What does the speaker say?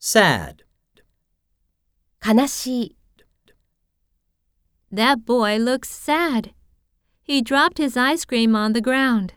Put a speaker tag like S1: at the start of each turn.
S1: sad,
S2: 悲しい、
S3: That boy looks sad. He dropped his ice cream on the ground.